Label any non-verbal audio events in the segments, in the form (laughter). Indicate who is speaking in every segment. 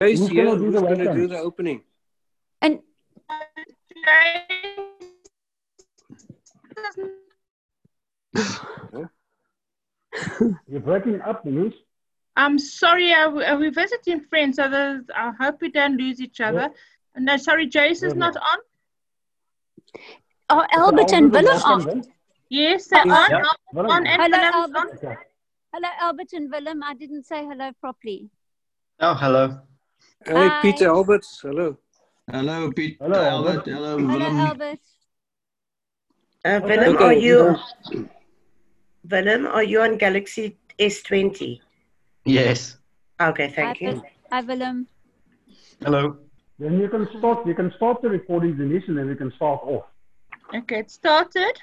Speaker 1: Tracy, who's
Speaker 2: gonna
Speaker 1: yeah,
Speaker 2: do
Speaker 1: who's
Speaker 2: the
Speaker 1: going to
Speaker 2: weapons?
Speaker 1: do the opening?
Speaker 3: And
Speaker 2: You're breaking up, Luz.
Speaker 4: I'm sorry, uh, we- uh, we're visiting friends, so there's, I hope we don't lose each other. No, sorry, Jace is
Speaker 2: Yeah.
Speaker 4: not on.
Speaker 3: oh, Albert
Speaker 2: I'll
Speaker 3: and
Speaker 2: do the
Speaker 3: Willem are.
Speaker 2: weapons then.
Speaker 4: Yes, they're
Speaker 3: Yeah.
Speaker 4: on.
Speaker 2: Willem.
Speaker 4: on and
Speaker 3: Hello,
Speaker 4: Willem's on.
Speaker 3: Albert.
Speaker 2: Okay.
Speaker 3: Hello, Albert and Willem. I didn't say hello properly.
Speaker 5: Oh, hello.
Speaker 1: Hey,
Speaker 3: Hi.
Speaker 1: Peter Alberts. Hello.
Speaker 5: Hello, Pete.
Speaker 2: Hello,
Speaker 5: Albert.
Speaker 2: Albert.
Speaker 5: Hello,
Speaker 3: Hello,
Speaker 5: Willem.
Speaker 3: Albert.
Speaker 6: Uh, Willem,
Speaker 1: Okay,
Speaker 6: are you
Speaker 1: no.
Speaker 6: Willem, are you on Galaxy S20?
Speaker 5: Yes.
Speaker 6: Okay,
Speaker 3: Hi,
Speaker 6: thank you.
Speaker 3: Will- Hi, Willem.
Speaker 5: Hello.
Speaker 2: Then you can start. You can start the recording, Denise, and then we can start off.
Speaker 4: Okay, it started.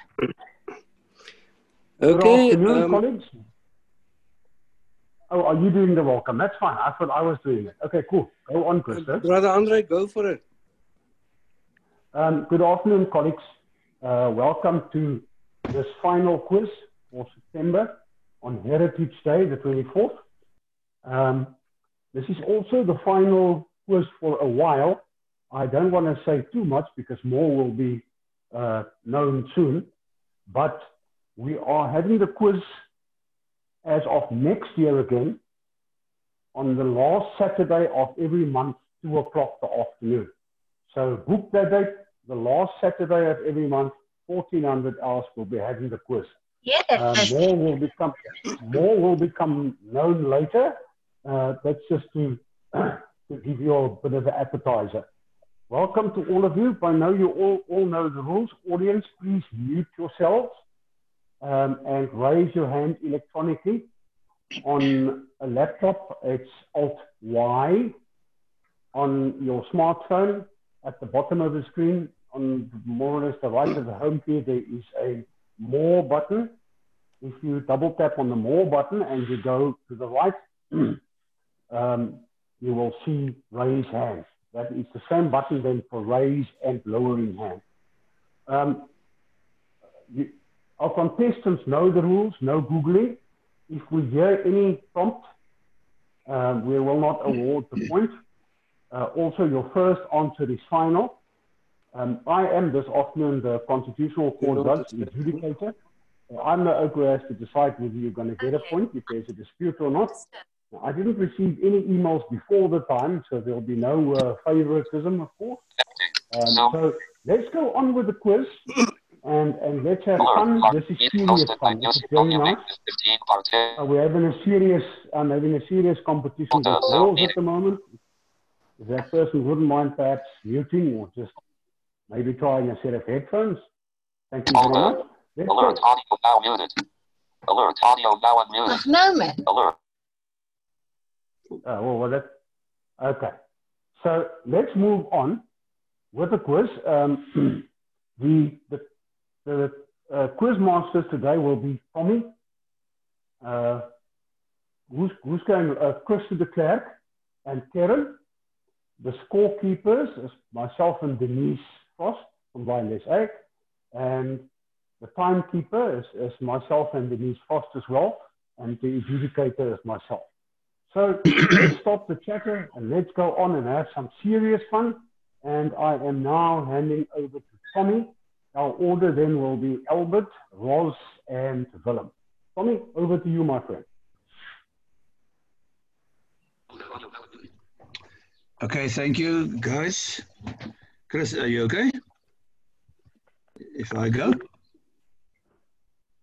Speaker 1: Okay.
Speaker 2: Good afternoon,
Speaker 1: Um,
Speaker 2: colleagues. Oh, are you doing the welcome? That's fine. I thought I was doing it. Okay, cool. Go on, Krista.
Speaker 1: brother Andre, go for it.
Speaker 2: Um, good afternoon, colleagues. Uh, welcome to this final quiz for September on Heritage Day, the 24th. Um, this is also the final quiz for a while. I don't want to say too much because more will be uh, known soon, but we are having the quiz as of next year again on the last Saturday of every month, 2 o'clock the afternoon. So book that date, the last Saturday of every month, 1400 hours will be having the quiz.
Speaker 4: Yes.
Speaker 2: Uh, more will become more will become known later. Uh, that's just to, (clears throat) to give you a bit of an appetizer. Welcome to all of you. By now you all, all know the rules. Audience, please mute yourselves um, and raise your hand electronically. On a laptop, it's Alt Y. On your smartphone, at the bottom of the screen, on more or less the right of the home page, there is a more button. If you double tap on the more button and you go to the right, um, you will see raise hand. That is the same button then for raise and lowering hand. Um, you, our contestants know the rules, no Googling. If we hear any prompt, um, we will not award the point. Uh, also, your first answer is final. Um, I am this afternoon the constitutional court judge adjudicator. Uh, I'm the oak who has to decide whether you're going to get a point if there's a dispute or not. Now, I didn't receive any emails before the time, so there'll be no uh, favoritism, of course. Um, so let's go on with the quiz and, and let's have fun. This is serious fun. This is very nice. Uh, we're having a serious, I'm having a serious competition with girls at the moment. If that person wouldn't mind perhaps muting or just maybe trying a set of headphones. Thank you very
Speaker 7: Hold on.
Speaker 2: much. Let's go.
Speaker 7: Alert audio now muted. Alert audio now unmuted. Alert.
Speaker 2: Uh, well, well, that, okay. So let's move on with the quiz. Um, (clears throat) the the, the uh, quiz masters today will be Tommy, uh, who's, who's going, uh, Chris de Klerk, and Karen. The scorekeepers is myself and Denise Frost from Blind SA. And the timekeeper is, is myself and Denise Frost as well. And the adjudicator is myself. So let's stop the chatter and let's go on and have some serious fun. And I am now handing over to Tommy. Our order then will be Albert, Roz, and Willem. Tommy, over to you, my friend.
Speaker 5: Okay, thank you, guys. Chris, are you okay? If I go?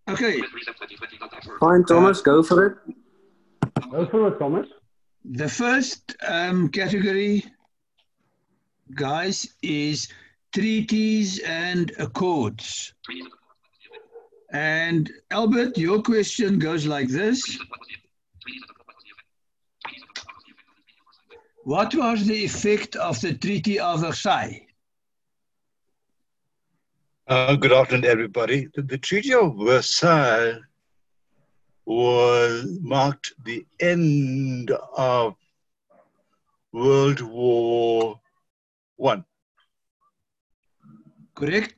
Speaker 5: Okay, Eh,
Speaker 1: Fine, Thomas, go for it.
Speaker 2: Go for it, Thomas.
Speaker 5: the first um, category, guys, is treaties and accords. And Albert, your question goes like this. What was the effect of the Treaty of Versailles?
Speaker 8: Uh, good afternoon, everybody. The, the Treaty of Versailles was marked the end of World War One.
Speaker 5: Correct.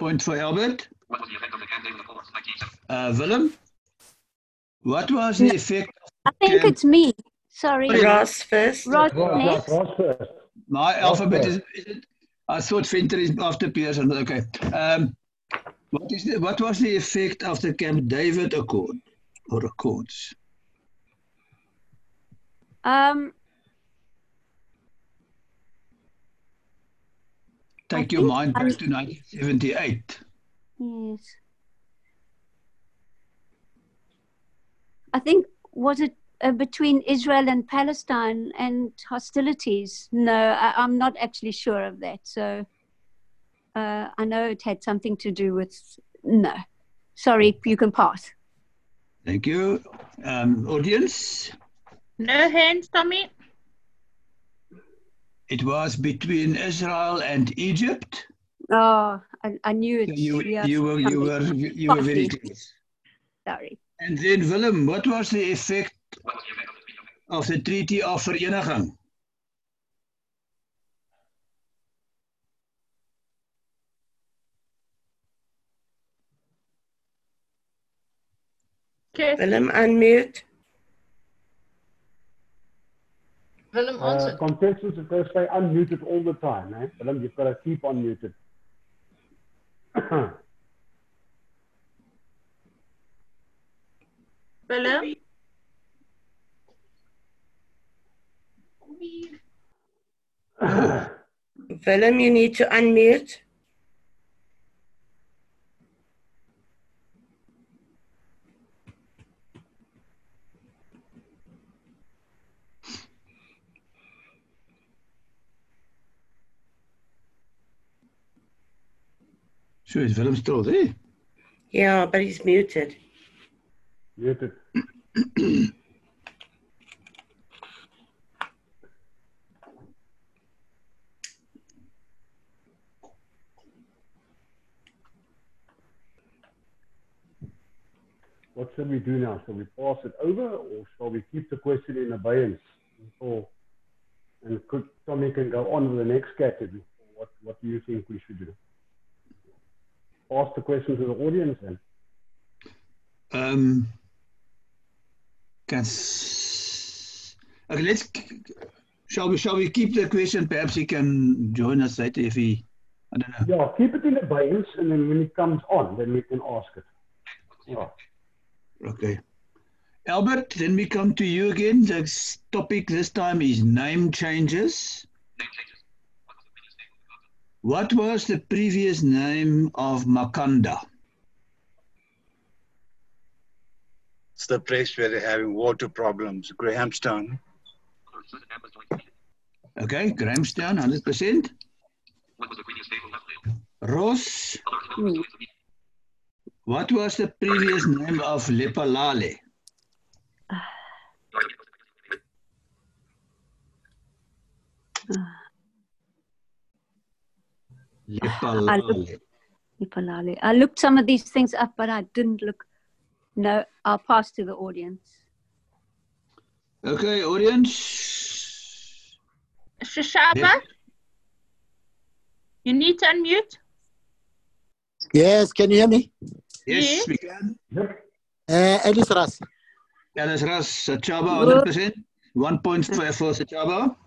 Speaker 5: Point for Albert. Uh, Willem, what was the effect?
Speaker 3: I think
Speaker 5: Ken.
Speaker 3: it's me. Sorry.
Speaker 6: Ross first.
Speaker 3: Ross
Speaker 2: Right,
Speaker 3: next.
Speaker 2: right, right first.
Speaker 5: My alphabet
Speaker 2: Okay.
Speaker 5: is, is it, I thought Venter is after Pearson. Okay. Um, what is the, what was the effect of the Camp David Accord or Accords?
Speaker 3: Um,
Speaker 5: Take
Speaker 3: I
Speaker 5: your
Speaker 3: think
Speaker 5: mind back
Speaker 3: I'm-
Speaker 5: to 1978.
Speaker 3: yes. I think, was it uh, between Israel and Palestine and hostilities? No, I, I'm not actually sure of that. So uh, I know it had something to do with, no. Sorry, you can pass.
Speaker 5: Thank you. Um, audience,
Speaker 4: No hands, Tommy.
Speaker 5: it was between Israel and Egypt.
Speaker 3: Oh, I, I knew it.
Speaker 5: So you,
Speaker 3: Yeah,
Speaker 5: you were you were
Speaker 3: something.
Speaker 5: you were very
Speaker 3: Partly.
Speaker 5: close.
Speaker 3: Sorry.
Speaker 5: And then Willem, what was the effect of the Treaty of Vereniging?
Speaker 4: Okay.
Speaker 6: Willem, unmute.
Speaker 2: Uh, contestants are going to stay unmuted all the time, eh? Willem, you've got to keep (coughs) unmuted.
Speaker 4: Willem.
Speaker 6: (clears throat) Willem, you need to unmute.
Speaker 5: So is Willem still there?
Speaker 6: Yeah, but he's muted.
Speaker 2: muted. What should we do now? Shall we pass it over or shall we keep the question in abeyance until and could, Tommy can go on with the next category? What, what do you think we should do? Pass the question to the audience then.
Speaker 5: Um, can s- okay, let's. Shall we? Shall we keep the question? Perhaps he can join us later if he. I don't know.
Speaker 2: Yeah, keep it in abeyance, and then when it comes on, then we can ask it. Yeah.
Speaker 5: Okay. Albert, then we come to you again. The s- topic this time is name changes. What was the previous name of Makanda?
Speaker 8: It's the place where they're having water problems, Grahamstown.
Speaker 5: Okay, Grahamstown, 100%. Ross,
Speaker 3: Mm.
Speaker 5: what was the previous name of Lepalale? Lepalale.
Speaker 3: Lepalale. I looked some of these things up, but I didn't look. No, I'll pass to the audience.
Speaker 5: Okay, audience.
Speaker 4: Shashaba. You need to unmute.
Speaker 9: Yes, can you hear me?
Speaker 5: Yes,
Speaker 4: Yes.
Speaker 5: we can.
Speaker 2: Yep.
Speaker 9: Uh, Alice Ras.
Speaker 5: Alice Ras, Sachaba,
Speaker 3: Good.
Speaker 5: 100%. One point for, for Sachaba.
Speaker 2: Point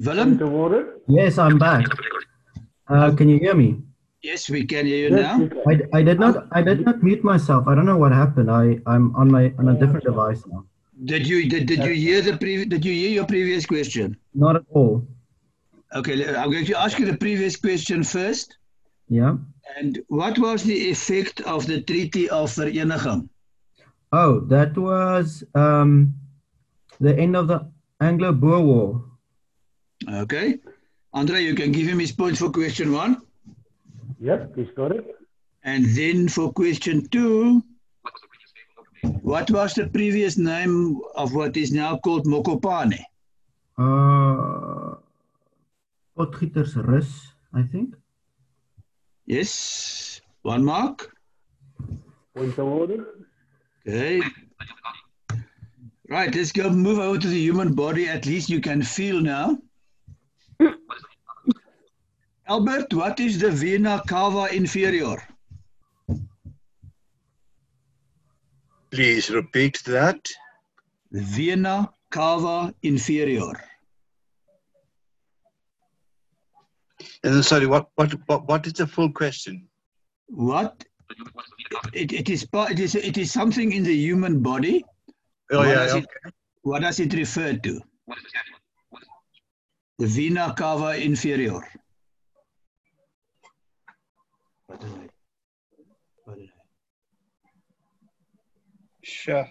Speaker 5: Willem,
Speaker 2: awarded.
Speaker 10: Yes, I'm back. Uh, can you hear me?
Speaker 5: yes, we can hear you
Speaker 2: Yes,
Speaker 5: now.
Speaker 2: you can.
Speaker 10: I, I did not I did not mute myself. I don't know what happened. I I'm on my on a different device now.
Speaker 5: Did you did, did you hear the previ- did you hear your previous question?
Speaker 10: Not at all.
Speaker 5: Okay, le- I'm going to ask you the previous question first.
Speaker 10: Yeah.
Speaker 5: And what was the effect of the Treaty of Vereniging?
Speaker 10: Oh, that was um, the end of the Anglo-Boer War.
Speaker 5: Okay, Andre, you can give him his point for question one,
Speaker 2: Yep, he's got it.
Speaker 5: and then for question two. What was the previous name of what is now called Mokopane?
Speaker 10: Uh, Potgietersrus, I think.
Speaker 5: Yes, one mark.
Speaker 2: Point awarded.
Speaker 5: Okay. Right, let's go move over to the human body. At least you can feel now. Albert, what is the vena cava inferior?
Speaker 8: Please repeat that.
Speaker 5: Vena Cava inferior.
Speaker 8: And then, sorry, what, what, what, what is the full question?
Speaker 5: What? It, it is part. It is. It is something in the human body.
Speaker 8: Oh, yeah,
Speaker 5: does
Speaker 8: yeah,
Speaker 5: It, what does it refer to? The vena cava inferior. What did I? What did I?
Speaker 8: Sure.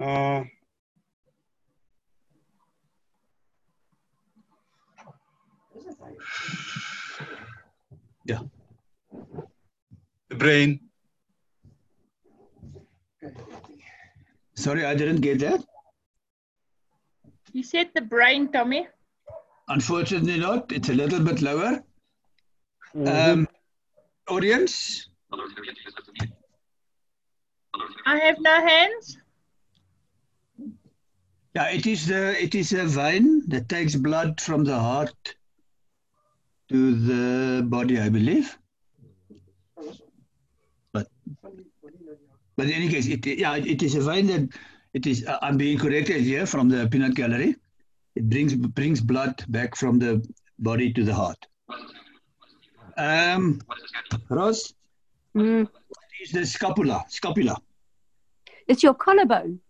Speaker 8: Uh,
Speaker 5: yeah.
Speaker 8: The brain.
Speaker 5: Sorry, I didn't get that.
Speaker 4: You said the brain, Tommy.
Speaker 5: Unfortunately, not. It's a little bit lower. Um, audience,
Speaker 4: I have no hands.
Speaker 5: yeah, it is the it is a vein that takes blood from the heart to the body, I believe. But but in any case, it yeah, it is a vein that it is. I- I'm being corrected here from the peanut gallery. It brings brings blood back from the body to the heart. Um, Ross,
Speaker 3: Mm.
Speaker 5: what is the scapula? Scapula.
Speaker 3: It's your collarbone.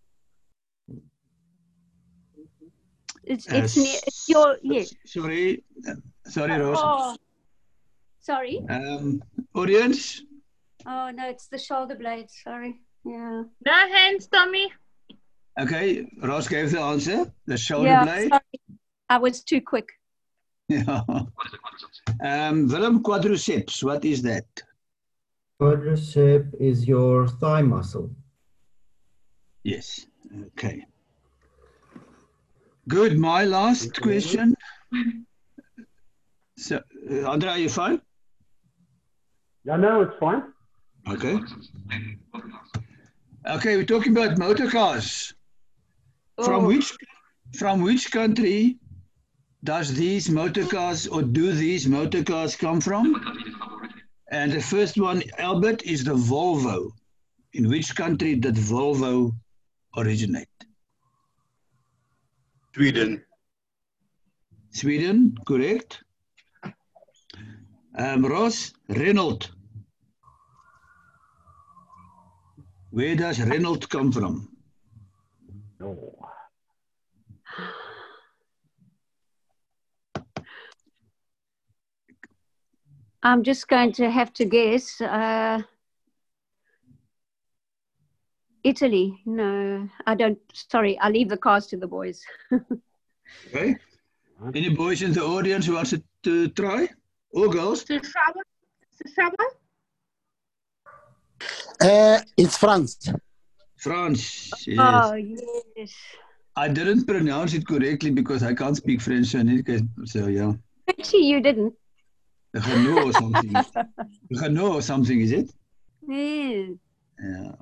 Speaker 3: It's, it's,
Speaker 5: Yes.
Speaker 3: near, it's your, yeah.
Speaker 5: Sorry, uh, sorry, Rose.
Speaker 3: Oh, sorry.
Speaker 5: Um, audience,
Speaker 3: Oh, no, it's the shoulder blade. Sorry. Yeah.
Speaker 4: No hands, Tommy.
Speaker 5: okay, Rose gave the answer. The shoulder
Speaker 3: yeah,
Speaker 5: blade.
Speaker 3: sorry. I was too quick.
Speaker 5: (laughs) Yeah. Um, Willem quadriceps. What is that?
Speaker 10: Quadricep is your thigh muscle.
Speaker 5: Yes. Okay. Good. My last question. So, uh, Andre, are you fine?
Speaker 2: Yeah, no, it's fine.
Speaker 5: Okay. Okay, we're talking about motor cars. From
Speaker 2: Oh.
Speaker 5: which from which country does these motor cars or do these motor cars come from? And the first one, Albert, is the Volvo. In which country did Volvo originate?
Speaker 8: Sweden.
Speaker 5: Sweden, correct. Um, Ross, Renault. Where does Renault come from?
Speaker 2: No.
Speaker 3: I'm just going to have to guess. Uh, Italy. No, I don't. Sorry, I leave the cars to the boys.
Speaker 5: Okay. Any boys in the audience who wants to- to try? Or girls?
Speaker 4: Seshaba. Seshaba.
Speaker 9: Uh, it's France.
Speaker 5: France.
Speaker 3: Oh,
Speaker 5: Yes.
Speaker 3: yes.
Speaker 5: I didn't pronounce it correctly because I can't speak French. So, in any case, so yeah.
Speaker 3: Pity you didn't.
Speaker 5: Renault or
Speaker 3: (laughs)
Speaker 5: something. Renault or something, is it?
Speaker 3: Yeah,
Speaker 5: Yeah.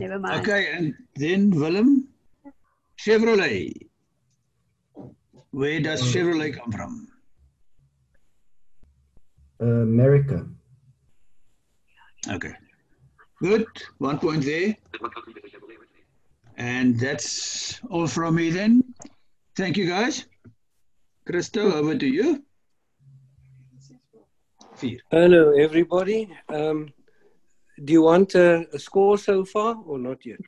Speaker 3: never mind.
Speaker 5: Okay, and then Willem, Chevrolet. Where does Chevrolet come from?
Speaker 10: America.
Speaker 5: Okay. Good. One point there. And that's all from me then. Thank you guys. Christo, over to you. Vier.
Speaker 1: Hello, everybody. Um, do you want uh, a score so far or not yet?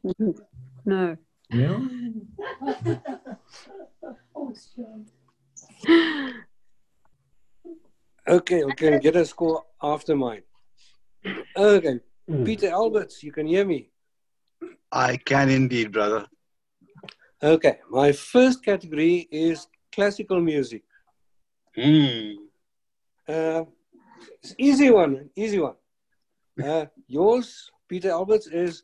Speaker 3: No. (laughs)
Speaker 10: Yeah.
Speaker 1: Okay, we can get a score after mine. Okay, Peter Alberts, you can hear me.
Speaker 8: I can indeed, brother.
Speaker 1: Okay, my first category is classical music.
Speaker 8: Hmm.
Speaker 1: Uh, it's easy one, easy one. Uh, yours, Peter Alberts, is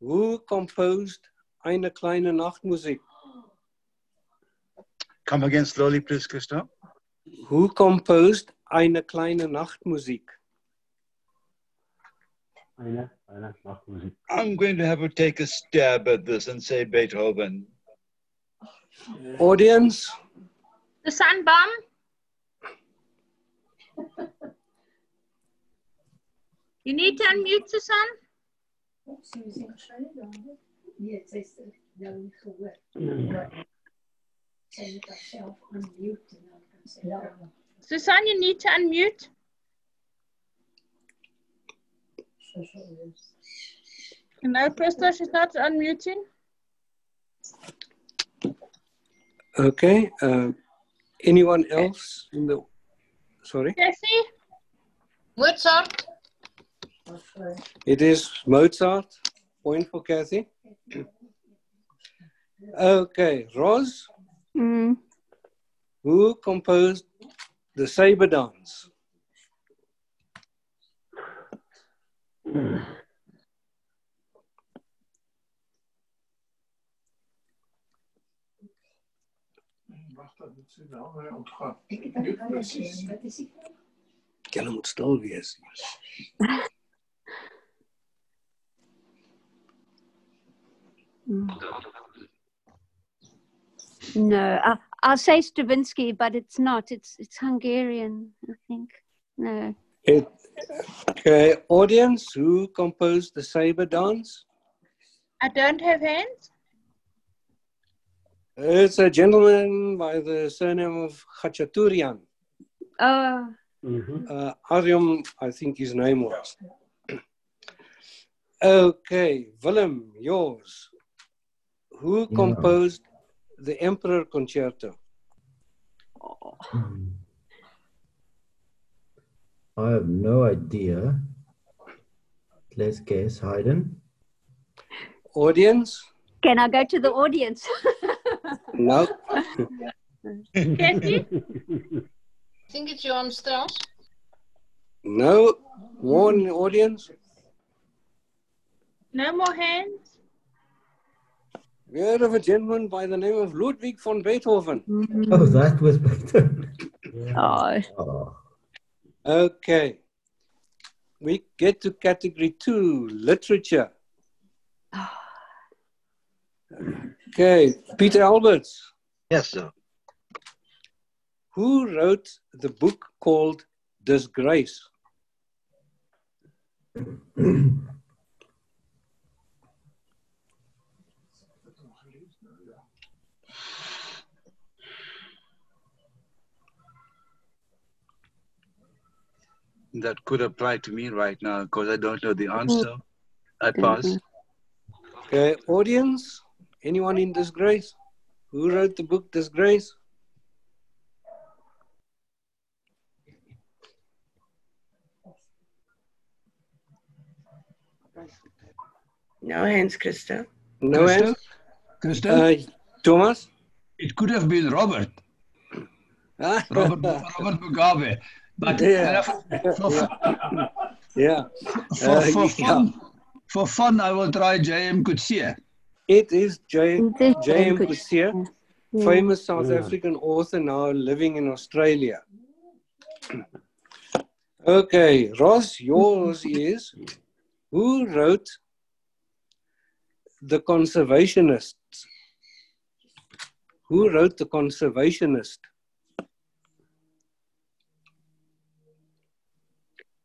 Speaker 1: who composed Eine kleine Nachtmusik?
Speaker 8: Come again slowly, please, Krishna.
Speaker 1: Who composed Eine kleine Nachtmusik?
Speaker 2: Eine, eine Nachtmusik.
Speaker 8: I'm going to have to take a stab at this and say Beethoven.
Speaker 1: Audience,
Speaker 4: The sun bomb. You need to unmute the sun.
Speaker 11: Nee, sy sê nou nie gehoor. Sy moet haarself unmute en dan kan sy ja.
Speaker 4: Susan, you need to unmute. No, Krista, she's not unmuting.
Speaker 1: Okay. Uh, anyone else in the? Sorry.
Speaker 4: Jesse?
Speaker 12: Mozart.
Speaker 1: It is Mozart. Point for Kathy. okay, Roz.
Speaker 3: Mm.
Speaker 1: Who composed the Sabre Dance?
Speaker 11: Ek het dit presies. Wat is dit?
Speaker 1: Julle moet stil wees.
Speaker 3: No, I, I'll say Stravinsky, but it's not. It's it's Hungarian, I think. No.
Speaker 1: It, okay, audience, who composed the Sabre Dance?
Speaker 4: I don't have hands.
Speaker 1: It's a gentleman by the surname of Khachaturian.
Speaker 3: Oh,
Speaker 1: Uh, Aryam, I think his name was. (clears throat) okay, Willem, yours. Who
Speaker 10: Yeah.
Speaker 1: composed the Emperor Concerto?
Speaker 10: I have no idea. Let's guess Haydn.
Speaker 1: Audience?
Speaker 3: Can I go to the audience? (laughs)
Speaker 1: No.
Speaker 4: Kathy?
Speaker 12: I think it's Johan Strauss.
Speaker 1: no. One audience?
Speaker 4: No more hands.
Speaker 1: We heard of a gentleman by the name of Ludwig von Beethoven.
Speaker 10: Oh, that was better.
Speaker 3: Oh.
Speaker 1: Okay. We get to category two literature. Okay, Peter Alberts.
Speaker 13: Yes, sir.
Speaker 1: Who wrote the book called Disgrace?
Speaker 8: That could apply to me right now because I don't know the answer. I
Speaker 1: Mm-hmm.
Speaker 8: pass.
Speaker 1: Okay, Uh, audience, anyone in disgrace? Who wrote the book Disgrace?
Speaker 6: No hands, Krista.
Speaker 1: No answer.
Speaker 5: Christa?
Speaker 1: Uh, Thomas?
Speaker 5: It could have been Robert.
Speaker 1: (laughs)
Speaker 5: Robert, Robert Mugabe. But uh,
Speaker 1: Yeah.
Speaker 5: for,
Speaker 1: Yeah.
Speaker 5: for,
Speaker 1: Uh,
Speaker 5: for
Speaker 1: yeah.
Speaker 5: fun, for fun, I will try J.M. Coetzee.
Speaker 1: It is J.M. J.M. Coetzee,
Speaker 5: Yeah.
Speaker 1: famous South
Speaker 5: Yeah.
Speaker 1: African author now living in Australia. (clears throat) okay, Ross, yours is who wrote The Conservationist? Who wrote The Conservationist?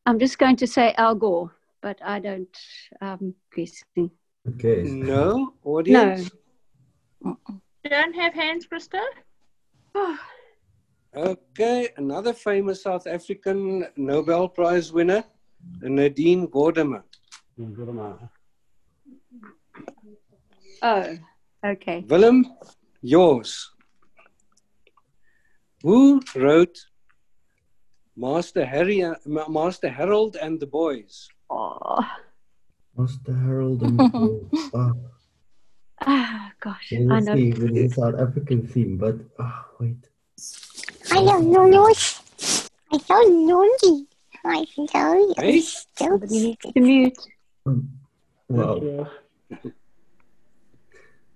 Speaker 3: I'm just going to say Al Gore, but I don't um, guessing.
Speaker 10: Okay.
Speaker 1: No, audience?
Speaker 4: Don't have hands, Krista.
Speaker 1: Okay, another famous South African Nobel Prize winner, Nadine Gordimer.
Speaker 3: Oh, okay.
Speaker 1: Willem, yours. Who wrote Master Harry, Ma- Master Harold and the Boys?
Speaker 3: Oh,
Speaker 10: (clears throat) Master Harold
Speaker 3: (laughs)
Speaker 10: and oh,
Speaker 3: Ah, gosh,
Speaker 10: yeah,
Speaker 3: I
Speaker 10: let's
Speaker 3: know.
Speaker 10: see, with the South African theme, but oh, wait.
Speaker 14: I don't know, Lord. I don't know. Lord. I don't
Speaker 10: Hey?
Speaker 14: Somebody needs
Speaker 3: to mute.
Speaker 10: Wow.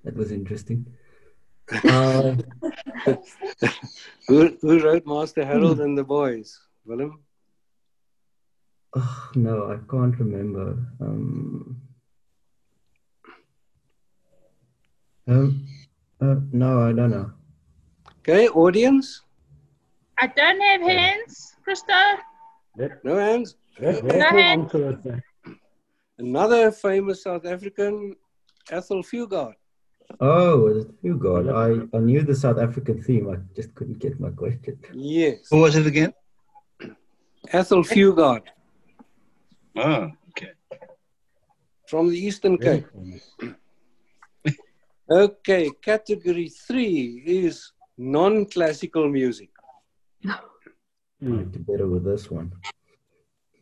Speaker 10: That was interesting. Uh,
Speaker 1: (laughs) Who, who wrote Master Harold and the Boys? Willem?
Speaker 10: oh, no, I can't remember. Um, um, uh, no, I don't know.
Speaker 1: Okay, audience?
Speaker 4: I don't have hands, Krista.
Speaker 1: No hands?
Speaker 4: No hands.
Speaker 1: Another famous South African Ethel Fugard.
Speaker 10: Oh, it is you, God. I, I knew the South African theme. I just couldn't get my question.
Speaker 1: Yes.
Speaker 8: Who was it again?
Speaker 1: Ethel Fugard
Speaker 8: Oh, okay.
Speaker 1: from the Eastern Cape. (laughs) Okay, category three is non classical music.
Speaker 10: I did better with this one.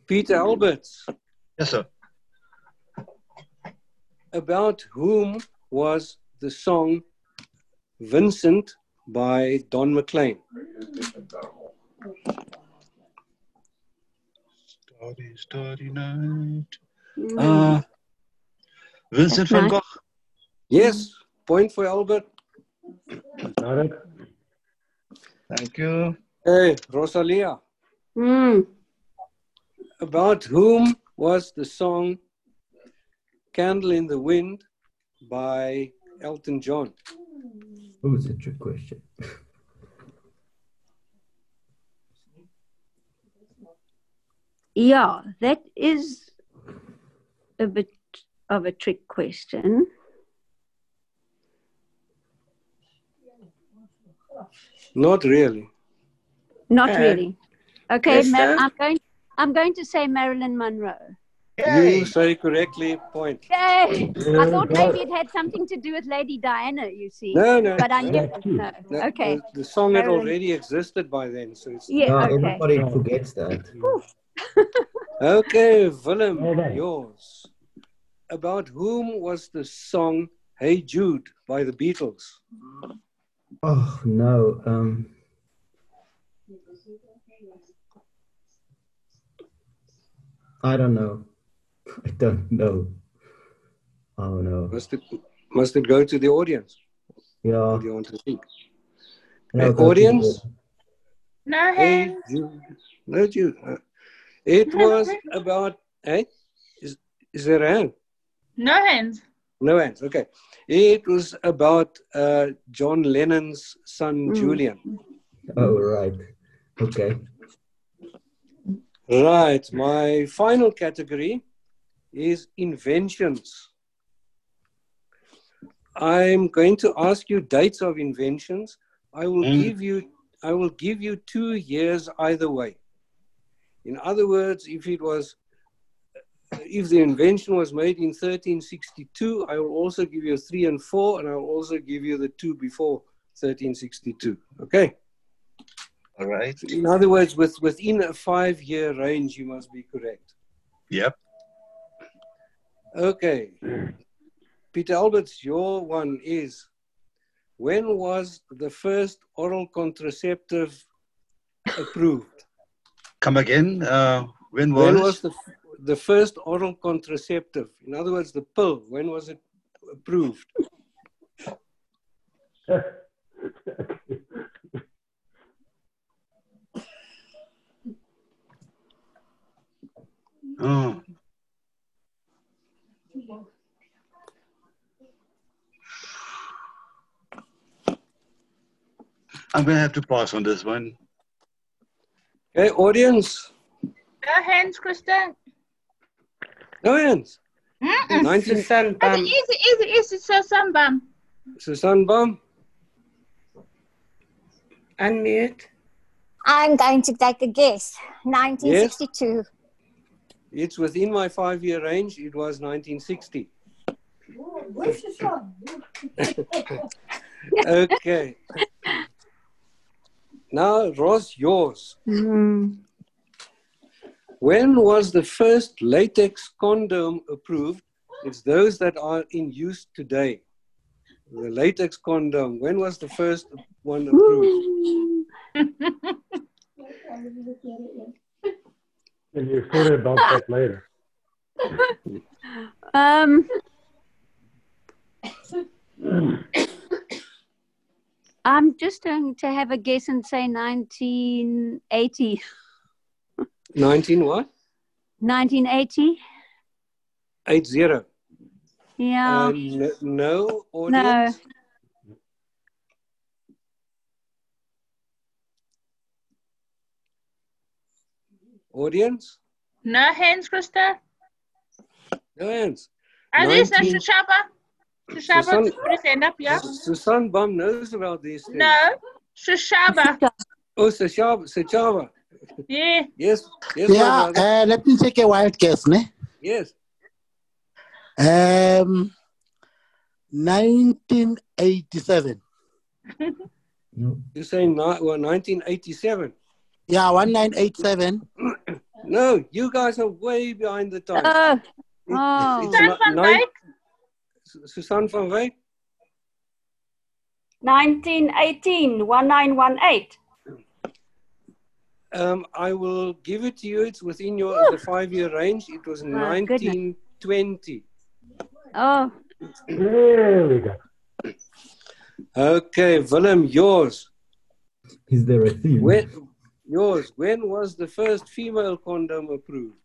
Speaker 1: Peter Alberts,
Speaker 8: Yes, sir.
Speaker 1: about whom was the song Vincent by Don McLean?
Speaker 8: Starry, starry night. Uh, Vincent van Gogh.
Speaker 1: Yes, point for Albert.
Speaker 2: Got it.
Speaker 8: Thank you.
Speaker 1: Hey, Rosalia,
Speaker 3: Mm.
Speaker 1: about whom was the song Candle in the Wind by Elton John?
Speaker 10: What was a trick question?
Speaker 3: Yeah, that is a bit of a trick question.
Speaker 1: Not really.
Speaker 3: Not
Speaker 1: Uh,
Speaker 3: really. Okay,
Speaker 1: yes,
Speaker 3: Mar-
Speaker 1: sir.
Speaker 3: I'm going. I'm going to say Marilyn Monroe.
Speaker 1: You say correctly, point.
Speaker 3: Yay! I
Speaker 1: Yeah,
Speaker 3: thought
Speaker 1: no.
Speaker 3: maybe it had something to do with Lady Diana. You see,
Speaker 1: No, no.
Speaker 3: but I
Speaker 1: no.
Speaker 3: knew. No.
Speaker 1: The-
Speaker 3: Okay.
Speaker 1: The, the song had
Speaker 3: Marilyn.
Speaker 1: already existed by then, so it's
Speaker 3: Yeah,
Speaker 10: No,
Speaker 3: okay.
Speaker 10: Ah, everybody forgets that.
Speaker 1: Okay, Willem,
Speaker 10: All right.
Speaker 1: yours. About whom was the song Hey Jude by the Beatles?
Speaker 10: Oh, no. Um, I don't know. I don't know. Oh, no.
Speaker 1: Must it, must it go to the audience?
Speaker 10: Yeah.
Speaker 1: What do you want to think?
Speaker 10: No,
Speaker 1: Hey,
Speaker 10: go to the
Speaker 1: audience?
Speaker 4: No
Speaker 1: Hey
Speaker 4: hands.
Speaker 1: Jude. No Jude. Uh, It was about, hey, is, is there a hand?
Speaker 4: No hands.
Speaker 1: No hands, okay. It was about uh, John Lennon's son,
Speaker 10: Mm.
Speaker 1: Julian.
Speaker 10: Oh, right. Okay.
Speaker 1: Right. My final category is inventions. I'm going to ask you dates of inventions. I will
Speaker 8: Mm.
Speaker 1: give you I will give you 2 years either way. In other words, if it was if the invention was made in 1362, I will also give you 3 and 4 and I will also give you the 2 before 1362. Okay?
Speaker 8: All right.
Speaker 1: In other words, with, within a five year range, you must be correct.
Speaker 8: Yep.
Speaker 1: Okay. Peter Alberts, your one is when was the first oral contraceptive approved?
Speaker 8: Come again. Uh, when was?
Speaker 1: When was the, the first oral contraceptive? In other words, the pill, when was it approved?
Speaker 2: Mm.
Speaker 8: Oh, I'm gonna have to pass on this one.
Speaker 1: Okay, audience,
Speaker 4: No hands, Krista.
Speaker 1: no hands.
Speaker 4: Mm-mm.
Speaker 1: 19
Speaker 4: Easy, easy, easy, easy. So some bum.
Speaker 1: Susan Baum,
Speaker 6: Unmute.
Speaker 14: I'm going to take a guess. 1962.
Speaker 1: it's within my five year range. It was 1960. okay. Now, Ross, yours.
Speaker 3: Mm.
Speaker 1: When was the first latex condom approved? It's those that are in use today. The latex condom. When was the first one approved?
Speaker 2: Tell you a story about that later.
Speaker 3: (laughs) Um. I'm just going to have a guess and say 1980.
Speaker 1: 19 what?
Speaker 3: 1980?
Speaker 1: 80.
Speaker 3: Yeah.
Speaker 1: Um, n- no
Speaker 3: no.
Speaker 1: audience. Audience.
Speaker 4: No hands, Krista.
Speaker 1: No hands.
Speaker 4: Are these
Speaker 1: 19
Speaker 4: Mr. Chapa? Shashaba,
Speaker 1: Susan-
Speaker 4: just put his hand up, yeah?
Speaker 1: Susan Bum knows about these things.
Speaker 4: No, Shashaba.
Speaker 1: Oh, Sashaba, Sachava.
Speaker 4: Yeah.
Speaker 1: Yes, yes, my
Speaker 9: Yeah,
Speaker 1: brother.
Speaker 9: uh, let me take a wild guess. Ne?
Speaker 1: Yes,
Speaker 9: Um, 1987.
Speaker 1: you're saying ni- well, 1987.
Speaker 9: Yeah, 1987.
Speaker 1: No, you guys are way behind the time.
Speaker 3: oh.
Speaker 1: It's
Speaker 3: Susan
Speaker 1: ni-
Speaker 3: van
Speaker 1: nine- Su- Susan van Wyk?
Speaker 13: 1918, 1918.
Speaker 1: Um, I will give it to you. It's within your the five year range. It was
Speaker 3: My goodness.
Speaker 1: 1920.
Speaker 3: Oh,
Speaker 2: There we go.
Speaker 1: Okay, Willem, yours.
Speaker 10: Is there a theme?
Speaker 1: When, yours. When was the first female condom approved?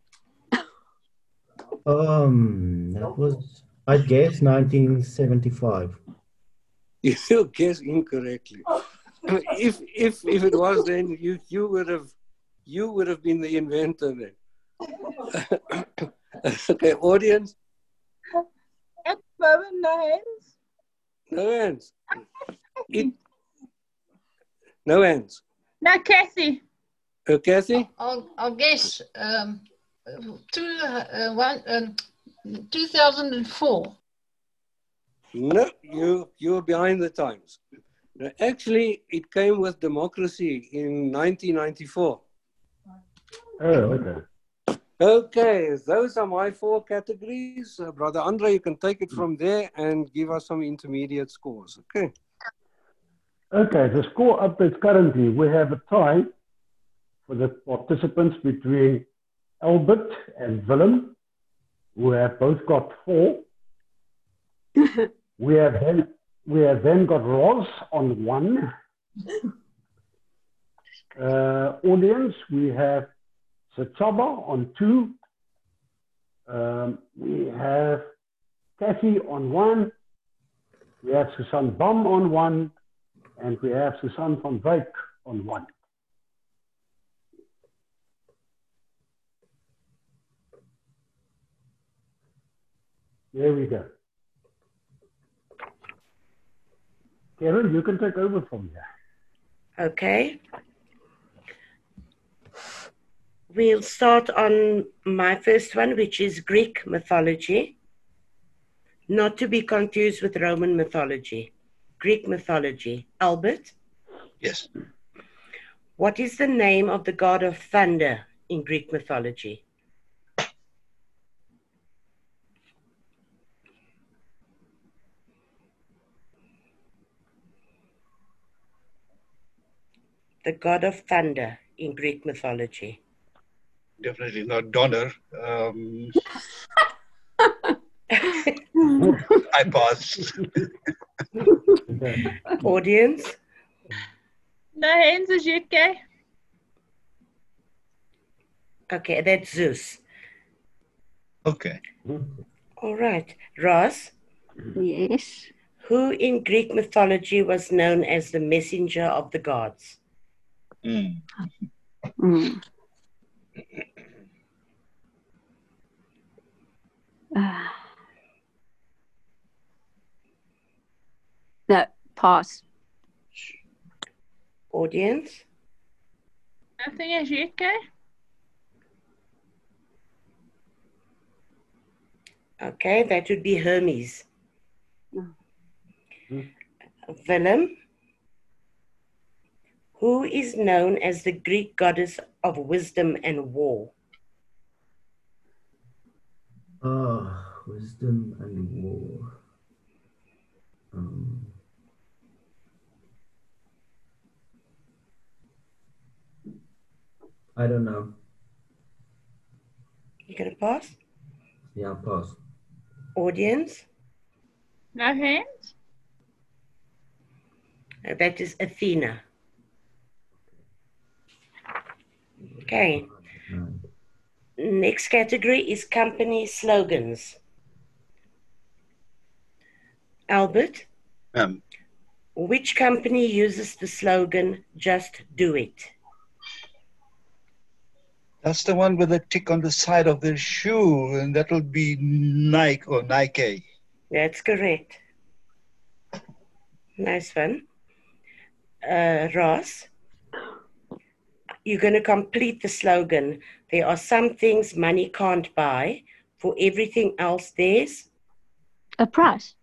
Speaker 10: Um, that was, I guess, 1975.
Speaker 1: You still guess incorrectly. (laughs) if if if it was, then you you would have you would have been the inventor then. (laughs) okay, audience,
Speaker 4: At the moment, no hands.
Speaker 1: no hands. It, no hands.
Speaker 4: No, Kathy.
Speaker 1: Uh, Kathy,
Speaker 12: I'll, I'll guess um, two, uh, one, um, 2004.
Speaker 1: no, you you are behind the times. No, actually, it came with democracy in 1994.
Speaker 2: Oh, okay.
Speaker 1: Okay, those are my four categories. Uh, Brother Andre, you can take it from there and give us some intermediate scores. Okay.
Speaker 2: Okay, the score updates currently. We have a tie for the participants between Albert and Willem, who have both got four. we have then we have then got Ross on one. Uh, audience, we have Sachaba on two. Um, we have Kathy on one. We have Susan Bum on one and we have Susan van Wyk on one. There we go. Karen, you can take over from here.
Speaker 6: Okay. We'll start on my first one, which is Greek mythology, not to be confused with Roman mythology. Greek mythology. Albert?
Speaker 8: Yes.
Speaker 6: What is the name of the god of thunder in Greek mythology? The god of thunder in Greek mythology.
Speaker 8: Definitely not Donner. Um, I pass.
Speaker 6: (laughs) Audience?
Speaker 4: No hands as yet, Kay.
Speaker 6: Okay, that's Zeus.
Speaker 8: Okay.
Speaker 6: All right. Ross?
Speaker 3: Yes.
Speaker 6: Who in Greek mythology was known as the messenger of the gods?
Speaker 8: Mm.
Speaker 3: mm. Ah. no, pass.
Speaker 6: Audience?
Speaker 4: Nothing as yet, Kay.
Speaker 6: Okay, that would be Hermes.
Speaker 2: Mm.
Speaker 6: Willem? Who is known as the Greek goddess of wisdom and war?
Speaker 10: Ah, wisdom and war. Um, I don't know.
Speaker 6: You gonna pass?
Speaker 10: Yeah, pass.
Speaker 6: Audience?
Speaker 4: No hands.
Speaker 6: Uh, That is Athena. Okay. Next category is company slogans. Albert,
Speaker 8: Um,
Speaker 6: which company uses the slogan "Just do it"?
Speaker 8: that's the one with a tick on the side of the shoe, and that will be Nike or Nike.
Speaker 6: That's correct. Nice one. Uh, Ross, you're going to complete the slogan. There are some things money can't buy. For everything else, there's
Speaker 3: a price.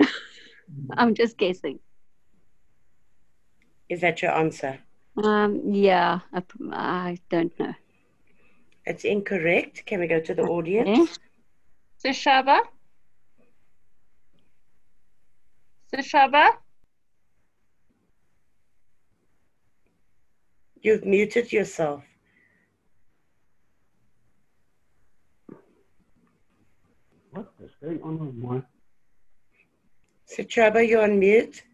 Speaker 3: (laughs) I'm just guessing.
Speaker 6: Is that your answer?
Speaker 3: Um, yeah, I, p- I don't know.
Speaker 6: It's incorrect. Can we go to the audience?
Speaker 12: Sishaba? Sishaba?
Speaker 6: You've muted yourself.
Speaker 2: What is going on with my?
Speaker 6: Sichaba, you're on mute.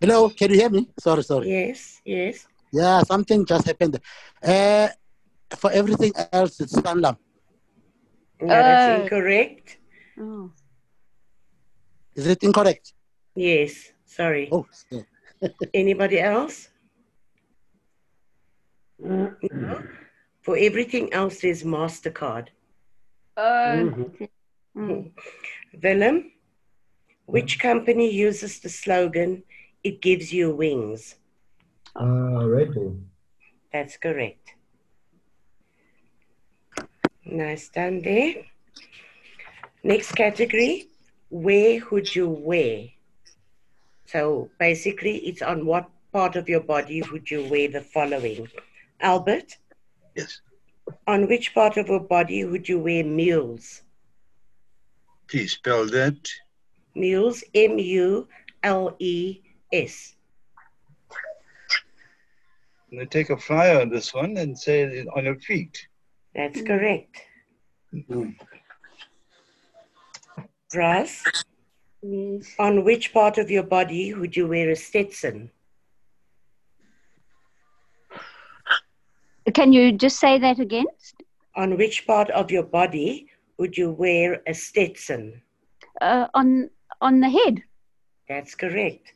Speaker 9: Hello, can you hear me? Sorry, sorry.
Speaker 6: Yes, yes.
Speaker 9: Yeah, something just happened. Uh, for everything else, it's Sanlam.
Speaker 6: No, that's incorrect.
Speaker 3: Oh.
Speaker 9: Is it incorrect?
Speaker 6: Yes, sorry.
Speaker 9: Oh, yeah.
Speaker 6: Anybody else? No? Mm-hmm. For everything else, there's MasterCard.
Speaker 3: Um, mm.
Speaker 6: Willem, which company uses the slogan, it gives you wings?
Speaker 10: Uh, Red Bull.
Speaker 6: That's correct. Nice done there. Next category, where would you wear? So basically, it's on what part of your body would you wear the following? Albert?
Speaker 8: Yes.
Speaker 6: On which part of your body would you wear mules?
Speaker 8: Please spell that.
Speaker 6: Mules, M U L E S.
Speaker 8: I'm going to take a flyer on this one and say it on your feet.
Speaker 6: That's correct. Ross?
Speaker 3: Yes.
Speaker 6: On which part of your body would you wear a Stetson?
Speaker 3: Can you just say that again?
Speaker 6: On which part of your body would you wear a Stetson?
Speaker 3: Uh, on on the head. (laughs)
Speaker 6: That's correct.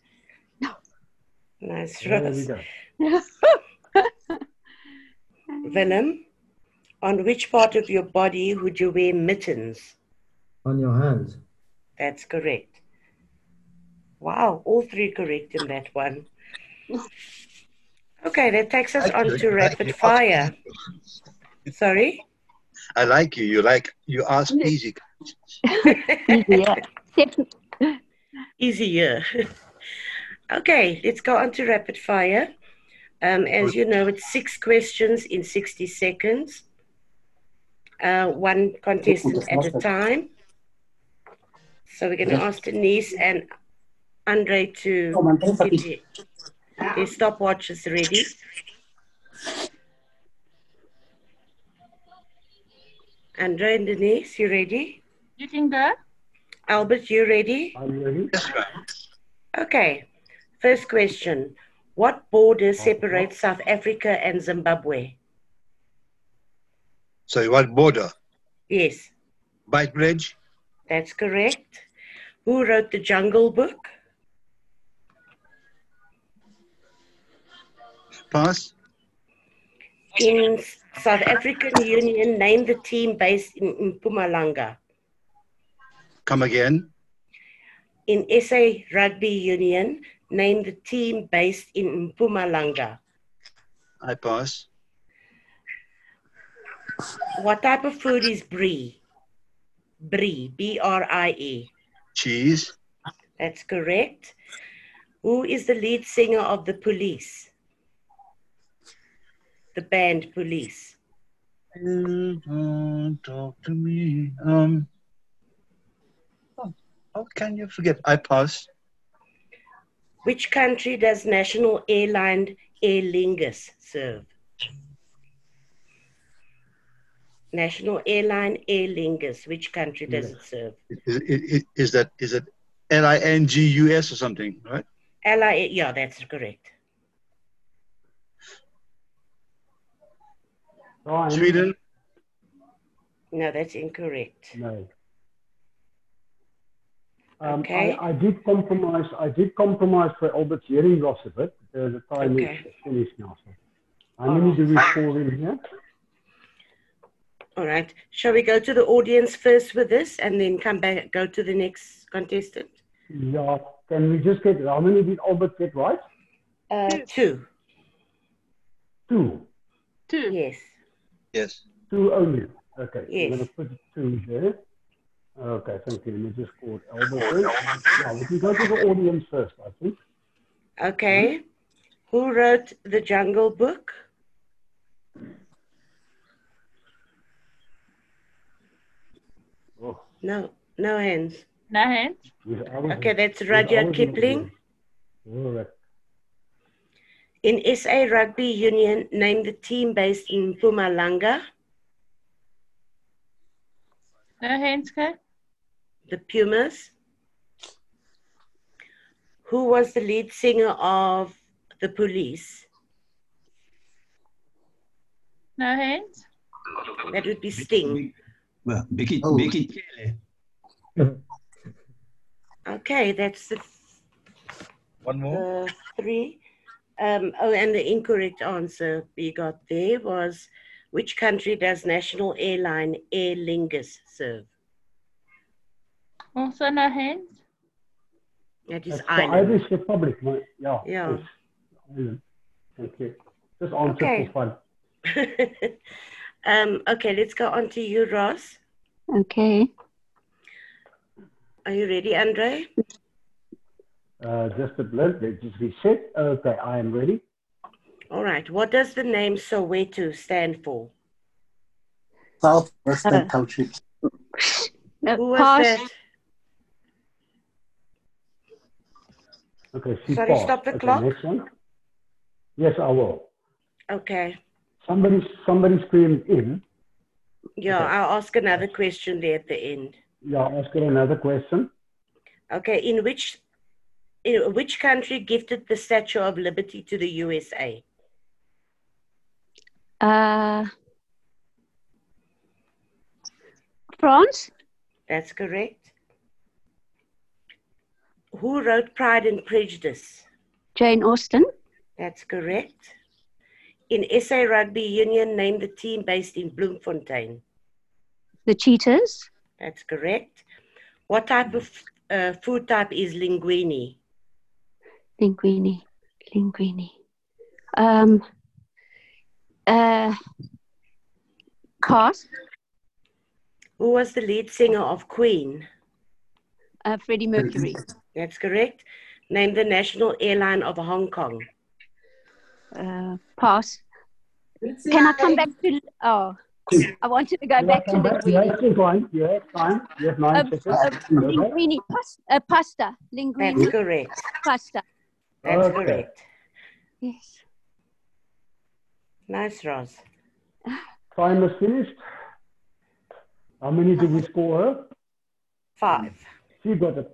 Speaker 6: Nice,
Speaker 3: Yeah, there
Speaker 6: Ross.
Speaker 3: we go.
Speaker 6: Willem, on which part of your body would you wear mittens?
Speaker 10: On your hands.
Speaker 6: That's correct. Wow, all three correct in that one. Okay, that takes us on to rapid fire. Sorry?
Speaker 8: I like you. You like you ask easy.
Speaker 3: yeah.
Speaker 6: Easier. Okay, let's go on to rapid fire. Um, as you know, it's six questions in 60 seconds, uh, one contestant at a time. So we're going to ask Denise and Andre to get their- their stopwatches ready. Andre and Denise, you ready?
Speaker 4: You can go.
Speaker 6: Albert, you ready?
Speaker 2: I'm ready.
Speaker 6: Okay. First question. What border separates South Africa and Zimbabwe?
Speaker 8: So you want border,
Speaker 6: Yes,
Speaker 8: bike bridge,
Speaker 6: that's correct. Who wrote the Jungle Book?
Speaker 8: pass,
Speaker 6: In South African Union, name the team based in Mpumalanga.
Speaker 8: come again,
Speaker 6: In SA Rugby Union, name the team based in Mpumalanga.
Speaker 8: I pass,
Speaker 6: What type of food is brie? Brie, B R I E.
Speaker 8: cheese,
Speaker 6: That's correct. Who is the lead singer of the police? The band Police.
Speaker 8: You don't talk to me. Um, oh, how can you forget? I pass.
Speaker 6: Which country does national airline Aer Lingus serve? National airline Aer Lingus, which country does it serve?
Speaker 8: Is, is, is that is it L I N G U S or something, right?
Speaker 6: Ally, yeah, that's correct.
Speaker 8: Sweden,
Speaker 6: No, that's incorrect.
Speaker 2: No. Um,
Speaker 6: Okay.
Speaker 2: I, I did compromise. I did compromise for Albert's hearing loss a bit. Uh, the time
Speaker 6: Okay. Oh.
Speaker 2: is finished now. So. How many do we score in here?
Speaker 6: All right. Shall we go to the audience first with this and then come back, go to the next contestant?
Speaker 2: Yeah. Can we just get how many did Albert get right?
Speaker 6: Uh, two.
Speaker 2: Two.
Speaker 6: Two. Yes.
Speaker 8: Yes.
Speaker 2: Two only. Okay.
Speaker 6: Yes.
Speaker 2: I'm going to put two there. Okay, thank you. Let me just call Albert first. Now, we can go to the audience first, I think.
Speaker 6: Okay. Who wrote The Jungle Book?
Speaker 2: Oh.
Speaker 6: No, no hands.
Speaker 12: No hands.
Speaker 6: Okay, that's Rudyard Kipling.
Speaker 2: All right.
Speaker 6: In SA Rugby Union, name the team based in Pumalanga,
Speaker 12: No hands, okay?
Speaker 6: the Pumas. Who was the lead singer of The Police?
Speaker 12: No hands.
Speaker 6: That would be Sting.
Speaker 5: Well, Becky,
Speaker 6: Oh.
Speaker 5: Becky Kelly.
Speaker 6: Okay, that's the
Speaker 8: One
Speaker 6: more. three. Um, oh, and the incorrect answer we got there was which country does national airline Air Lingus serve?
Speaker 12: Also no hands.
Speaker 6: That is
Speaker 2: That's the
Speaker 6: Ireland.
Speaker 2: Irish Republic. no? Yeah.
Speaker 6: Yeah.
Speaker 2: yes. Ireland. Okay. Just answer
Speaker 6: Okay.
Speaker 2: for fun.
Speaker 6: um, okay, let's go on to you, Ross.
Speaker 3: Okay.
Speaker 6: Are you ready, Andre?
Speaker 2: Uh, just a blend. Let's just reset. Okay, I am ready.
Speaker 6: All right. What does the name Soweto stand for?
Speaker 9: South Western
Speaker 6: Uh.
Speaker 9: Township.
Speaker 6: Who was
Speaker 3: pass.
Speaker 6: that?
Speaker 2: Okay, she
Speaker 6: Sorry,
Speaker 2: passed.
Speaker 6: stop the
Speaker 2: okay,
Speaker 6: clock.
Speaker 2: Next one. Yes, I will.
Speaker 6: Okay.
Speaker 2: Somebody, somebody screamed in.
Speaker 6: Yeah, I'll ask another question there at the end.
Speaker 2: Yeah, ask her another question.
Speaker 6: Okay. In which in which country gifted the Statue of Liberty to the USA?
Speaker 3: Uh, France?
Speaker 6: That's correct. Who wrote Pride and Prejudice?
Speaker 3: Jane Austen?
Speaker 6: That's correct. In SA Rugby Union, name the team based in Bloemfontein.
Speaker 3: The Cheetahs?
Speaker 6: That's correct. What type of uh, food type is linguine?
Speaker 3: Linguini. Linguini. Um, uh, cast?
Speaker 6: Who was the lead singer of Queen?
Speaker 3: Uh, Freddie Mercury.
Speaker 6: That's correct. Name the national airline of Hong Kong.
Speaker 3: Uh, pass. Can I come back to. Oh, I wanted to go back to
Speaker 2: You
Speaker 3: Linguini.
Speaker 2: have still time. You have time. You have nine
Speaker 3: Uh,
Speaker 2: seconds.
Speaker 3: uh,
Speaker 2: Go back.
Speaker 3: linguini pasta, uh, pasta. Linguini
Speaker 6: That's correct.
Speaker 3: pasta.
Speaker 6: That's
Speaker 2: Okay.
Speaker 6: correct.
Speaker 3: Yes.
Speaker 6: Nice, Roz.
Speaker 2: Time is finished. How many did we score her?
Speaker 6: Five.
Speaker 2: She got a,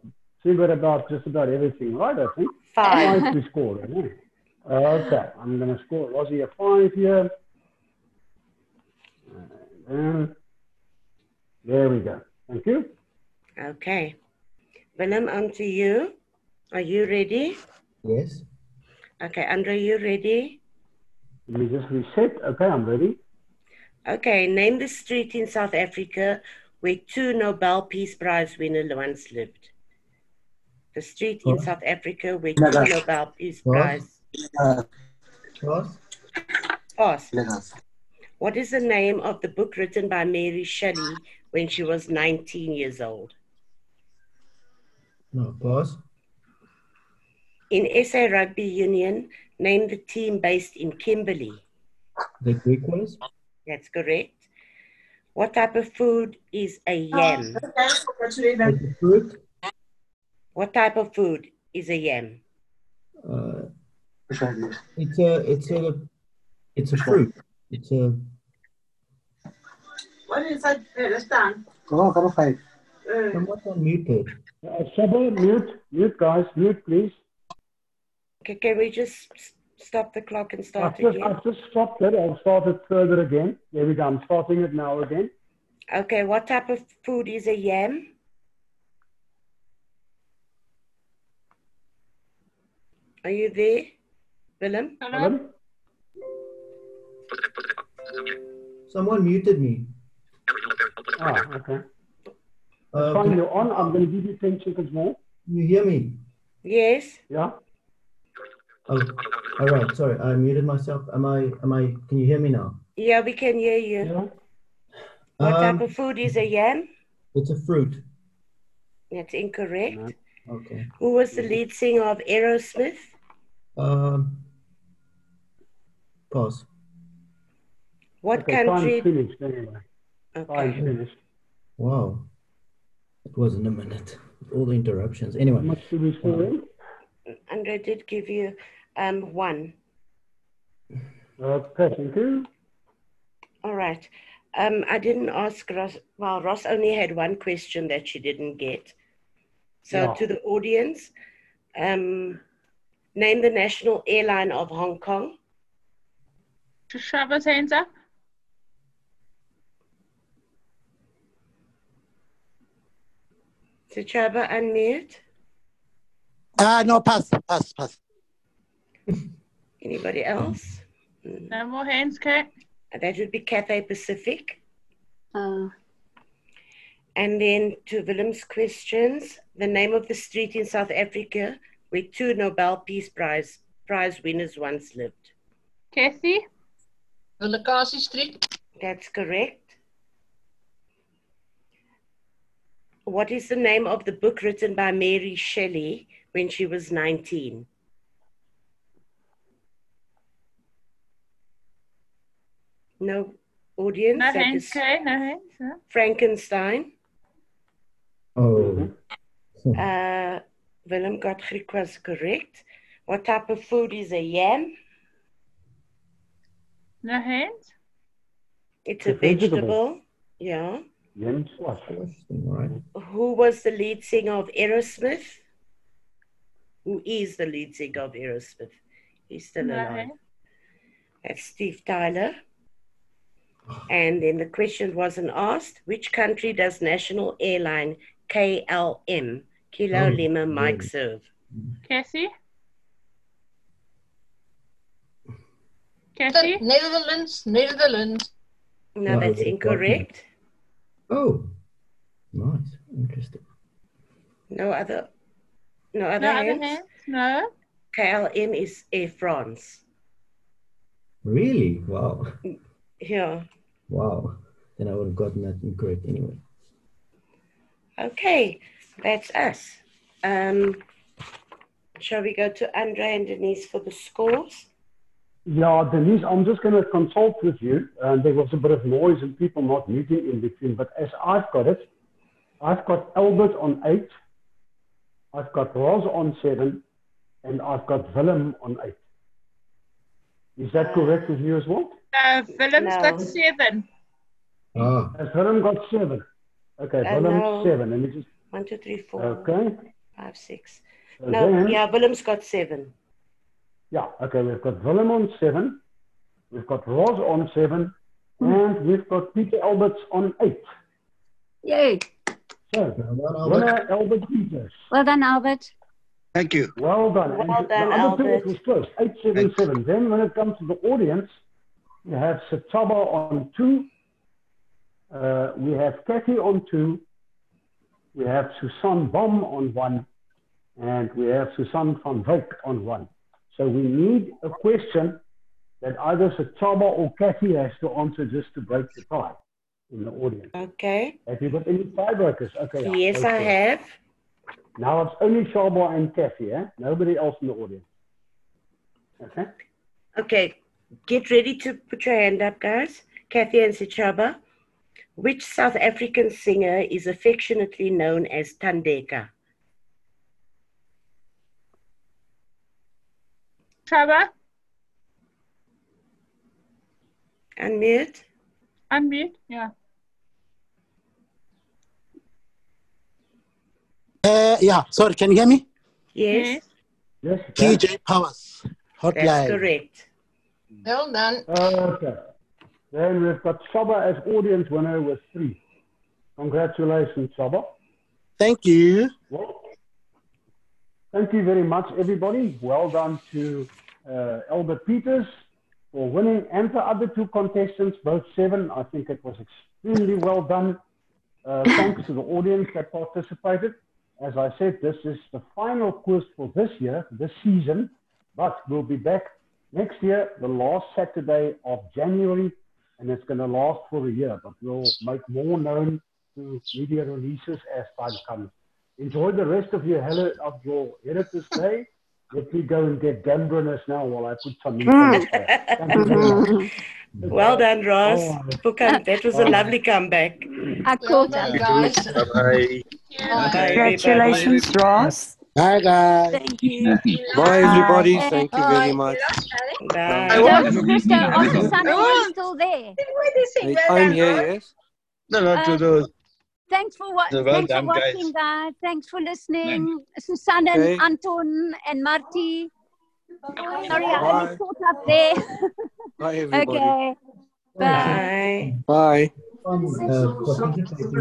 Speaker 2: she got about just about everything right, I think.
Speaker 6: Five.
Speaker 2: Five we scored. yeah. Okay, I'm going to score Rosie a five here. And then- there we go. Thank you.
Speaker 6: Okay. Willem, on to you. Are you ready?
Speaker 10: Yes.
Speaker 6: Okay, Andre, you ready?
Speaker 2: Let me just reset. Okay, I'm ready.
Speaker 6: Okay, name the street in South Africa where two Nobel Peace Prize winners once lived. The street in
Speaker 10: Huh?
Speaker 6: South Africa where two
Speaker 9: Legas.
Speaker 6: Nobel Peace
Speaker 10: Huh?
Speaker 6: Prize
Speaker 9: Uh,
Speaker 10: Ross?
Speaker 6: passed.
Speaker 9: Legas.
Speaker 6: What is the name of the book written by Mary Shelley when she was 19 years old?
Speaker 10: No, pause.
Speaker 6: In SA Rugby Union, name the team based in Kimberley.
Speaker 10: The Greek ones?
Speaker 6: That's correct. What type of food is a yam?
Speaker 10: The fruit?
Speaker 6: What type of food is a yam?
Speaker 10: Uh, it's a, it's a, it's a fruit. It's a,
Speaker 11: What is that? That's done. Uh,
Speaker 9: Come on, come on, five.
Speaker 10: someone's unmuted.
Speaker 2: Uh, Shabba, mute, mute guys, mute please.
Speaker 6: Okay, can we just s- stop the clock and start
Speaker 2: I've just,
Speaker 6: again?
Speaker 2: I've just stopped it. I'll start it further again. There we go. I'm starting it now again.
Speaker 6: Okay, what type of food is a yam? Are you there, Willem?
Speaker 12: Hello?
Speaker 2: Alan?
Speaker 10: Someone muted me.
Speaker 2: Ah, okay. Fine, you're on. I'm going to give you 10 seconds more.
Speaker 10: Uh, You hear me?
Speaker 6: Yes.
Speaker 2: Yeah.
Speaker 10: Oh, all right. Sorry, I muted myself. Am I? Am I? Can you hear me now?
Speaker 6: Yeah, we can hear you. What type
Speaker 10: Um,
Speaker 6: of food is a yam?
Speaker 10: it's a fruit.
Speaker 6: That's incorrect.
Speaker 10: Okay.
Speaker 6: Who was the lead singer of Aerosmith?
Speaker 10: Um, pause.
Speaker 6: What
Speaker 10: Okay,
Speaker 6: country?
Speaker 10: time's
Speaker 2: finished anyway.
Speaker 6: Okay.
Speaker 2: finished.
Speaker 10: Wow. It wasn't a minute. All the interruptions. Anyway.
Speaker 6: Andre did give you um, one.
Speaker 2: Okay, thank you.
Speaker 6: All right. Um, I didn't ask Ross. Well, Ross only had one question that she didn't get. So
Speaker 2: Yeah.
Speaker 6: to the audience, um, name the national airline of Hong Kong.
Speaker 4: Shabba's hands up.
Speaker 6: Sichaba, unmute.
Speaker 9: Ah, no, pass, pass, pass.
Speaker 6: Anybody else?
Speaker 4: No more hands, Kurt.
Speaker 6: That would be Cathay Pacific.
Speaker 3: Oh.
Speaker 6: Uh. And then to Willem's questions, the name of the street in South Africa where two Nobel Peace Prize prize winners once lived.
Speaker 4: Kathy?
Speaker 11: Vilakazi Street.
Speaker 6: That's correct. What is the name of the book written by Mary Shelley when she was 19? No audience?
Speaker 4: No
Speaker 6: That
Speaker 4: hands,
Speaker 6: is
Speaker 4: Kurt. No hands. No.
Speaker 6: Frankenstein.
Speaker 10: Oh.
Speaker 6: Uh, Willem got Greek was correct. What type of food is a yam?
Speaker 4: No hands.
Speaker 6: It's a
Speaker 2: It's a vegetable.
Speaker 6: vegetable. Yeah.
Speaker 2: Yam squash.
Speaker 10: All right.
Speaker 6: Who was the lead singer of Aerosmith? Who is the lead singer of Aerosmith? He's still
Speaker 4: No
Speaker 6: alive.
Speaker 4: hands.
Speaker 6: That's Steve Tyler. And then the question wasn't asked which country does national airline KLM, Kilo
Speaker 4: Oh,
Speaker 6: Lima Mike
Speaker 4: really?
Speaker 6: serve?
Speaker 4: Kathy?
Speaker 11: The Netherlands, Netherlands.
Speaker 6: No,
Speaker 10: Wow,
Speaker 6: that's
Speaker 10: that's
Speaker 6: incorrect.
Speaker 10: Oh. Nice. Interesting.
Speaker 6: No other, no other
Speaker 4: No other
Speaker 6: hands.
Speaker 4: hands. No.
Speaker 6: KLM is Air France.
Speaker 10: Really? Wow.
Speaker 6: Yeah.
Speaker 10: Wow. Then I would have gotten that incorrect anyway.
Speaker 6: Okay, that's us. Um, shall we go to Andre and Denise for the scores?
Speaker 2: Yeah, Denise, I'm just going to consult with you. Uh, there was a bit of noise and people not muting in between, but as I've got it, I've got Albert on eight, I've got Roz on seven, and I've got Willem on eight. Is that correct with you as well?
Speaker 4: No, Willem's
Speaker 6: No.
Speaker 4: got seven.
Speaker 10: Ah.
Speaker 2: Has Willem got seven? Okay,
Speaker 6: Uh,
Speaker 2: Willem
Speaker 6: no.
Speaker 2: seven. Let me just.
Speaker 6: One, two, three,
Speaker 2: Uh,
Speaker 6: four,
Speaker 2: Okay.
Speaker 6: five, six.
Speaker 2: So
Speaker 6: No,
Speaker 2: then-
Speaker 6: yeah, Willem's got seven.
Speaker 2: Yeah, okay, we've got Willem on seven, we've got Roz on seven, and we've got Peter Alberts on eight.
Speaker 3: Yay.
Speaker 2: So,
Speaker 3: Albert.
Speaker 2: winner Albert Peters.
Speaker 3: Well done, Albert.
Speaker 2: Thank you. Well done.
Speaker 3: Well
Speaker 2: And
Speaker 3: done,
Speaker 2: the other two, it
Speaker 3: Albert.
Speaker 2: was close, 877. Then when it comes to the audience, we have Sataba on two, uh, we have Kathy on two, we have Susan Baum on one, and we have Susan van Wyk on one. So we need a question that either Sataba or Kathy has to answer just to break the tie in the audience.
Speaker 6: Okay.
Speaker 2: Have you got any tiebreakers? Okay. yeah,
Speaker 6: Yes, I
Speaker 2: okay.
Speaker 6: have.
Speaker 2: Now it's only Sharma and Kathy, eh? Nobody else in the audience. Okay.
Speaker 6: Okay, get ready to put your hand up, guys. Kathy and Sichaba. Which South African singer is affectionately known as Tandeka?
Speaker 4: Trevor,
Speaker 6: Unmute.
Speaker 4: unmute. Yeah.
Speaker 9: Uh, yeah, sorry, can you hear me?
Speaker 6: Yes,
Speaker 2: Yes.
Speaker 9: TJ Powers,
Speaker 6: that's
Speaker 9: hotline.
Speaker 6: correct.
Speaker 11: Well done.
Speaker 2: Okay. Then we've got Saba as audience winner with three. Congratulations, Saba.
Speaker 9: Thank you.
Speaker 2: Well, thank you very much, everybody. Well done to uh, Albert Peters for winning and the other two contestants, both seven. I think it was extremely well done. Uh, thanks to the audience that participated. As I said, this is the final quiz for this year, this season, but we'll be back next year, the last Saturday of January, and it's going to last for a year, but we'll make more known to media releases as time comes. Enjoy the rest of your hel- of your Heritage Day. Let me go and get gambrinus now while I put some meat on it. Thank you very much.
Speaker 6: Well done, Ross. Pukan, that was a
Speaker 2: Oh.
Speaker 6: lovely comeback.
Speaker 3: I caught up.
Speaker 8: Bye.
Speaker 15: Congratulations, Ross.
Speaker 9: Bye, guys.
Speaker 3: Thank you.
Speaker 1: Bye, everybody.
Speaker 3: Bye.
Speaker 1: Thank you very much.
Speaker 3: So, Christo, are the
Speaker 1: Bye.
Speaker 3: Sunday you still there?
Speaker 1: Hey, I'm here, yes.
Speaker 8: No, no,
Speaker 3: Uh,
Speaker 8: to those.
Speaker 3: Thanks for, wa-
Speaker 8: Well
Speaker 3: thanks for
Speaker 8: done, guys.
Speaker 3: watching, guys. Thanks for listening. Susanne
Speaker 8: Okay.
Speaker 3: and Anton and Marty. Sorry, I
Speaker 1: Bye.
Speaker 3: only caught up there.
Speaker 1: Bye,
Speaker 3: (laughs)
Speaker 1: everybody.
Speaker 3: okay. Bye.
Speaker 6: Bye.
Speaker 1: Bye.
Speaker 10: Um, Uh, participating in the